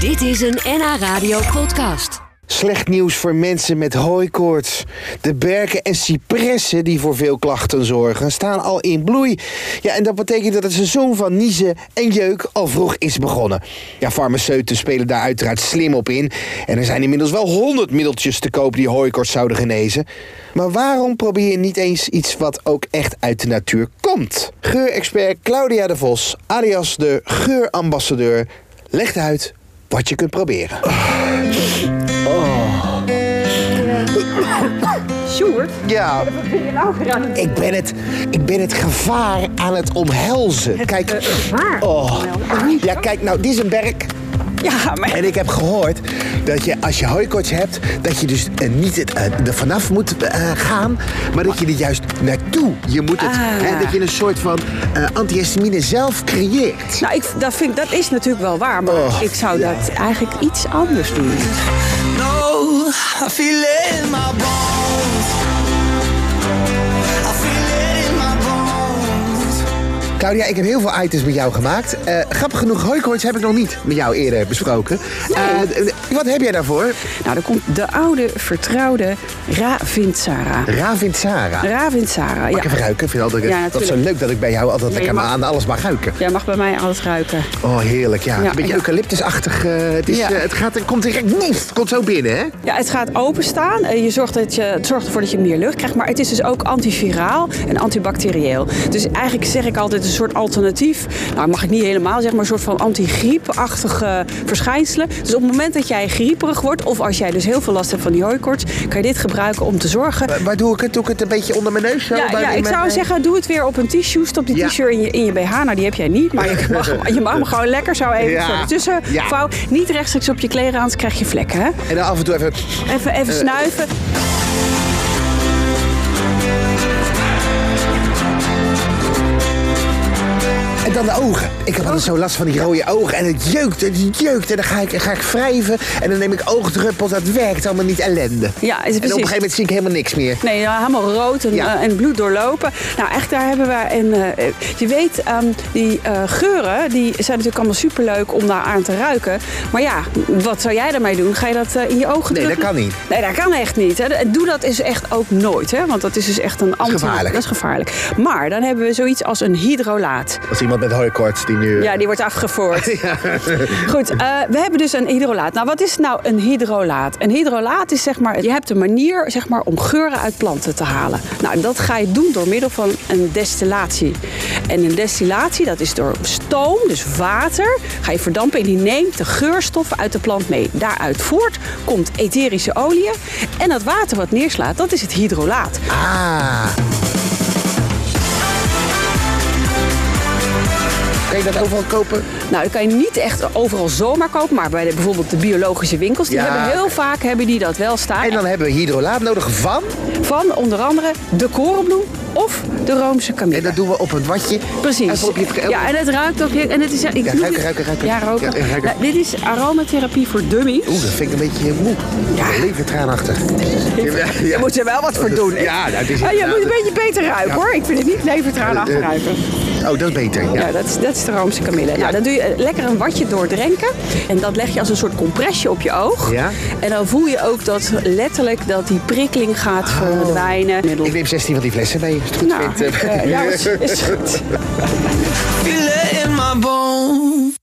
Dit is een NH Radio podcast. Slecht nieuws voor mensen met hooikoorts. De berken en cipressen die voor veel klachten zorgen, staan al in bloei. Ja, en dat betekent dat het seizoen van niezen en jeuk al vroeg is begonnen. Ja, farmaceuten spelen daar uiteraard slim op in. En er zijn inmiddels wel honderd middeltjes te koop die hooikoorts zouden genezen. Maar waarom probeer je niet eens iets wat ook echt uit de natuur komt? Geurexpert Claudia de Vos, alias de geurambassadeur, legt uit wat je kunt proberen. Sjoerd, Ja, wat ben je nou weer aan het Ik ben het, ik ben het gevaar aan het omhelzen. Kijk. eh, gevaar? Oh. Omhelzen? Ja, kijk nou, dit is een berk. Ja, maar En ik heb gehoord dat je als je hooikoorts hebt, dat je dus eh, niet het, eh, er vanaf moet eh, gaan, maar dat je er juist naartoe. Je moet het, Ah. hè, dat je een soort van eh, antihistamine zelf creëert. nou, ik, dat, vind, dat is natuurlijk wel waar, maar Oh, ik zou dat eigenlijk iets anders doen. No, I feel it in my bones. I feel it in my bones. Claudia, ik heb heel veel items met jou gemaakt. Eh, grappig genoeg, hooikoorts heb ik nog niet met jou eerder besproken. Eh, wat heb jij daarvoor? Nou, dan komt de oude, vertrouwde Ravintsara. Ravind Sarah. Ravintsara, Mag ik ja. even ruiken? Ik vind altijd, Ja, dat is zo natuurlijk. leuk dat ik bij jou altijd lekker je maar mag- aan alles mag ruiken. Jij mag bij mij alles ruiken. Oh, heerlijk, ja. Ja, een beetje ja. eucalyptusachtig. eh, het, is, Ja. eh, het, gaat, het komt direct woef, het komt zo binnen, hè? Ja, het gaat openstaan. Eh, Je zorgt, dat je, het zorgt ervoor dat je meer lucht krijgt. Maar het is dus ook antiviraal en antibacterieel. Dus eigenlijk zeg ik altijd een soort alternatief. Nou, mag ik niet helemaal zeggen, maar een soort van antigriepachtige verschijnselen. Dus op het moment dat jij grieperig wordt... of als jij dus heel veel last hebt van die hooikoorts... kan je dit gebruiken om te zorgen... Waar, waar doe ik het? Doe ik het een beetje onder mijn eh, neus? Zo, Ja, Bij- ja, bij- ik bij- zou zeggen, doe het weer op een t-shirt. Stop die Ja. t-shirt in je, in je BH. Nou, die heb jij niet, maar je mag, hem- je mag hem gewoon lekker zo even Ja. zo ertussen Ja. vouwen. Niet rechtstreeks op je kleren, anders krijg je vlekken, hè? En dan af en toe even... Even, Eh, even snuiven. En dan de ogen. Ik heb altijd zo last van die rode ogen. En het jeukt, het jeukt. En dan ga ik, ga ik wrijven. En dan neem ik oogdruppels. Dat werkt allemaal niet ellende. Ja, is En op een precies. gegeven moment zie ik helemaal niks meer. Nee, ja, helemaal rood en, Ja. eh, en bloed doorlopen. Nou, echt, daar hebben we... En, eh, eh, je weet, ehm, die eh, geuren die zijn natuurlijk allemaal superleuk om daar aan te ruiken. Maar ja, wat zou jij daarmee doen? Ga je dat eh, in je ogen Nee, dat drukken? kan niet. Nee, dat kan echt niet. Hè. En Doe dat is echt ook nooit, hè? want dat is dus echt een... anti- gevaarlijk. Dat is gevaarlijk. Maar dan hebben we zoiets als een hydrolaat. Dat is iemand met hooikoorts die nu... Ja, die wordt afgevoerd. Goed, eh, we hebben dus een hydrolaat. Nou, wat is nou een hydrolaat? Een hydrolaat is zeg maar, je hebt een manier zeg maar, om geuren uit planten te halen. Nou, dat ga je doen door middel van een destillatie. En een destillatie, dat is door stoom, dus water, ga je verdampen en die neemt de geurstoffen uit de plant mee. Daaruit voort komt etherische oliën en dat water wat neerslaat, dat is het hydrolaat. Ah. Kan je dat overal kopen? Nou, dat kan je niet echt overal zomaar kopen, maar bij de, bijvoorbeeld de biologische winkels, die Ja. hebben heel vaak hebben die dat wel staan. En dan hebben we hydrolaat nodig van... Van onder andere de korenbloem of de Roomse kamille. En dat doen we op het watje. Precies. Even op je- Ja, en het ruikt ook. heel- En het is, ik Ja, noem ruiken, dit- ruiken, ruiken. Ja, roken. Ja, ruiken. Nou, dit is aromatherapie voor dummies. Oeh, dat vind ik een beetje eh, moe. Ja. Levertraanachtig. Ja, Je moet er wel wat voor doen. Ja, nou, het is Ah, je inderdaad- moet een beetje beter ruiken Ja. hoor. Ik vind het niet levertraan achteruiken. Oh, dat is beter. Ja. Ja, dat is, dat is de Roomse kamille. Ja. Nou, dan doe je eh, lekker een watje doordrenken. En dat leg je als een soort compressje op je oog. Ja. En dan voel je ook dat letterlijk dat die prikkeling gaat verdwijnen. Oh. Ik neem 16 van die flessen mee. als het goed Nou, vindt. Eh, eh, ja, is, is goed. Feel it in my bones.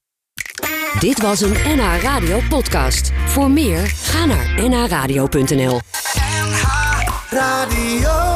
Dit was een NH Radio podcast. Voor meer, ga naar nhradio.nl. Radio.